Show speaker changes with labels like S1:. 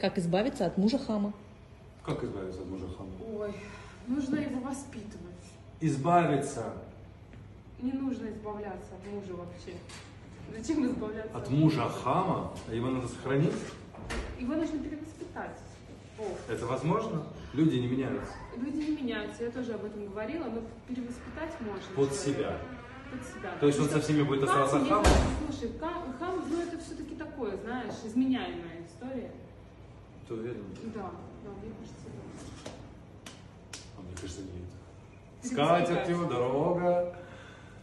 S1: Как избавиться от мужа хама?
S2: Как избавиться от мужа хама?
S3: Ой, нужно его воспитывать.
S2: Избавиться
S3: Не нужно избавляться от мужа вообще. Зачем избавляться?
S2: от мужа хама, а его надо сохранить?
S3: Его нужно перевоспитать. О,
S2: Это возможно? Люди не меняются.
S3: люди не меняются, я тоже об этом говорила, но перевоспитать можно.
S2: Под
S3: человека.
S2: себя.
S3: Под себя.
S2: То есть он со
S3: Потому что
S2: всеми будет
S3: хам,
S2: оставаться
S3: если-
S2: хамом?
S3: Слушай, хам, хам, ну это все-таки такое, знаешь, изменяемая история.
S2: Ты уверен?
S3: Да, да, мне кажется, да.
S2: А мне кажется, нет. Скатертью дорога.